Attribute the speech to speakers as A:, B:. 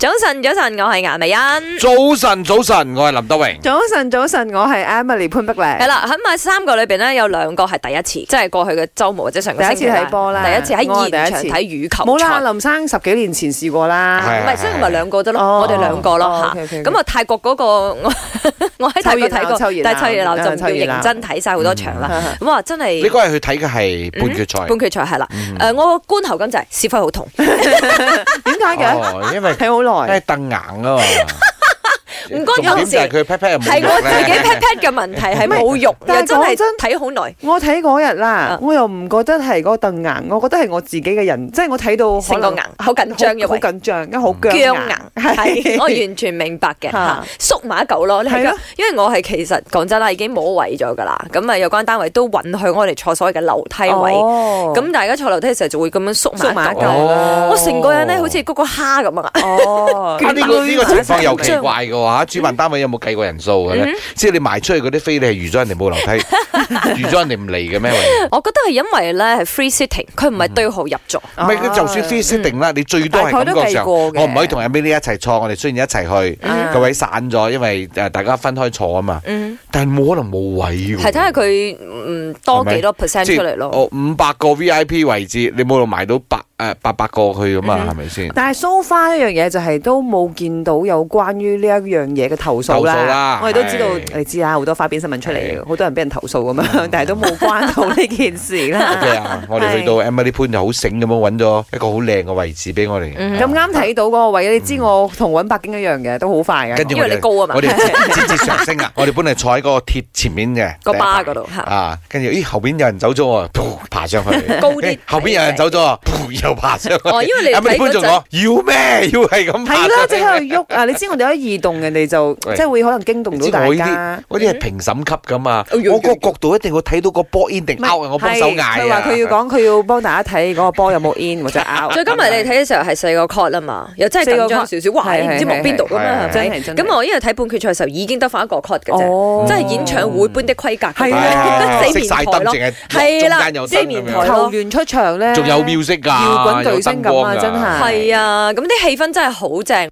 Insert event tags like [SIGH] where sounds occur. A: 早晨，早晨，我係顏美欣。
B: 早晨，早晨，我係林德榮。
C: 早晨，早晨，我係 Emily 潘碧
A: 係
C: 玲。
A: 啦，喺咪三個裏邊咧，有兩個係第一次，即係過去嘅週末或者上個星期
C: 第一次睇波啦
A: 第一次喺
C: 我係
A: 現
C: 第
A: 場
C: 一次
A: 睇羽球
C: 冇啦，
A: 賽。
C: 林生十幾年前試過
B: 係
C: 啦
A: 唔
B: 啊。
A: 係，所以咪兩個啫咯，
C: 哦
A: 我哋兩個咯
C: 哦
A: 嚇。
C: OK，OK，OK
A: 咁啊，泰國嗰個我 [LAUGHS] 我喺泰國睇過
C: 秋葉，
A: 但係
C: 原
A: 秋葉
C: 啊
A: 樓就唔
C: 秋葉嗯
A: 叫認
C: 原
A: 真睇晒好多場啦。
C: 係
A: 咁啊，真
B: 你
A: 係
B: 嗰日去睇嘅係半決賽
A: 半，決賽係啦。誒，我個觀後感就係屎忽好痛，
C: 點解嘅？
A: [LAUGHS]
B: 哦，因為
C: 睇好
B: 因為
C: 耐。
B: 凳硬啊嘛。
A: 唔關我
B: 重點
A: 事
B: 就係佢 pat pat 又冇
A: 係
B: 肉
A: 我
B: [LAUGHS]
A: 自己
B: 咧
A: pat pat 嘅問題係冇肉，
C: 但係
A: 又真係
C: 講真
A: 睇好耐。
C: 我睇嗰日
A: 啊
C: 啦，我又唔覺得係嗰個凳硬，我覺得係我自己嘅人，即係我睇到
A: 成個
C: 可能
A: 硬，好緊張嘅
C: 好
A: 位，
C: 緊張，因為好僵
A: 僵
C: 硬
A: 硬。係，我完全明白嘅嚇
C: 嚇，
A: 縮埋一嚿咯。你係
C: 係咯
A: 因為我係其實講真啦，已經冇位咗㗎啦。咁啊，有關單位都允許我哋坐所謂嘅樓梯位。
C: 哦
A: 咁大家坐樓梯嘅時候就會咁樣縮
C: 縮
A: 埋
C: 埋
A: 一
C: 一
A: 嚿
C: 嚿。
B: 哦
A: 我成個人咧好似嗰個蝦咁
B: [LAUGHS]
A: 啊！
C: 哦
B: 啊呢個呢個情況又奇
A: 緊張
B: 怪嘅喎，主辦單位有冇計過人數嘅咧？即係你賣出去嗰啲飛，你係預咗人哋
A: [LAUGHS]
B: 冇樓梯，預咗人哋唔嚟嘅咩？喂
A: 我覺得係因為咧係 free sitting，佢唔係對號入座。
B: 唔係，佢就算 free sitting 啦，你最多係
C: 大概
B: 感
C: 都
B: 覺
C: 計
B: 上，
C: 過嘅
B: 我唔可以同 Emily 一齊坐，我哋雖然一齊去，
C: 嗯
B: 個位散咗，因為誒大家分開坐啊嘛，
A: 嗯，
B: 但係冇可能冇位喎。
A: 係睇下佢嗯多幾多 percent 出嚟咯。
B: 哦，五百個 V I P 位置，你冇度埋到八誒八百個去咁
A: 嗯
B: 嘛，係
A: [LAUGHS]
B: 咪先？
C: 但係 so far 一樣嘢就係都冇見到有關於呢一樣嘢嘅投訴
B: 投訴啦
C: 啦。我哋都知
B: 係
C: 道，你知啦，好多花邊新聞出
B: 係
C: 嚟，好多人俾人投訴咁樣，但係都冇關到呢件事
B: [LAUGHS] O
C: 啦
B: K。啊，我哋去到 Emily 潘就好醒咁樣揾咗一個好靚嘅位置俾我哋。
A: 嗯
C: 咁啱睇到嗰個位，你知我同揾白京一樣嘅，都好快嘅。
B: 跟住
A: 因
B: 我
A: 為
B: 哋
A: 你高啊嘛 [LAUGHS]
B: 我哋節節上升啊！我哋本嚟坐喺個鐵前面嘅
A: 個
B: 第一排
A: 巴嗰度嚇
B: 啊，跟住咦後邊有人走咗喎，噗爬上去
A: 高啲
B: 咦 [LAUGHS] 後邊有人走咗喎，噗又爬上去。
A: 哦因為你睇
B: Emily 潘
A: 嗰陣
B: 仲講要咩？要係咁爬
C: 係啦，
B: 上
C: 即
B: 去
C: 係喺度喐啊！你知我哋喺移動，人哋就
B: 喂
C: 即係會可能驚動
B: 你知
C: 到
B: 我
C: 大
B: 呢
C: 家嗯哦
B: 啲。嗰啲係評審級噶嘛，
A: 哎呦
B: 我個角度一定會睇到個波 in 定 out 啊！我幫手
C: 係
B: 嗌啊！
C: 佢話佢要講，佢要幫大家睇嗰個波有冇 in 或者 out。
A: 最今日你睇嘅時候係四個 cut 啊嘛，又真係緊張少
C: 四
A: 少，
C: 哦個 cut，
A: 哇！你唔知望邊度咁啊，
B: 係係
A: 係咪？
C: 係真係真係
A: 咁我因為睇半決賽嘅時候已經得翻一個 cut 嘅啫，
C: 哦
A: 即係演唱會般的規格咁樣，
C: 係
A: [LAUGHS]
B: 啊
A: 四
B: 熄
A: 面
B: 晒
A: 台
B: 燈，
A: 咯，
B: 淨係
A: 係
B: 中
A: 啦
B: 間有，
A: 四
B: 燈
A: 面
B: 咁
A: 台
B: 樣，
C: 球
A: 咯，
C: 員出場咧，
B: 仲有 music 㗎，
C: 搖滾巨星咁啊
B: 有燈光㗎
C: 真係
A: 係啊，咁啲氣氛真係好正。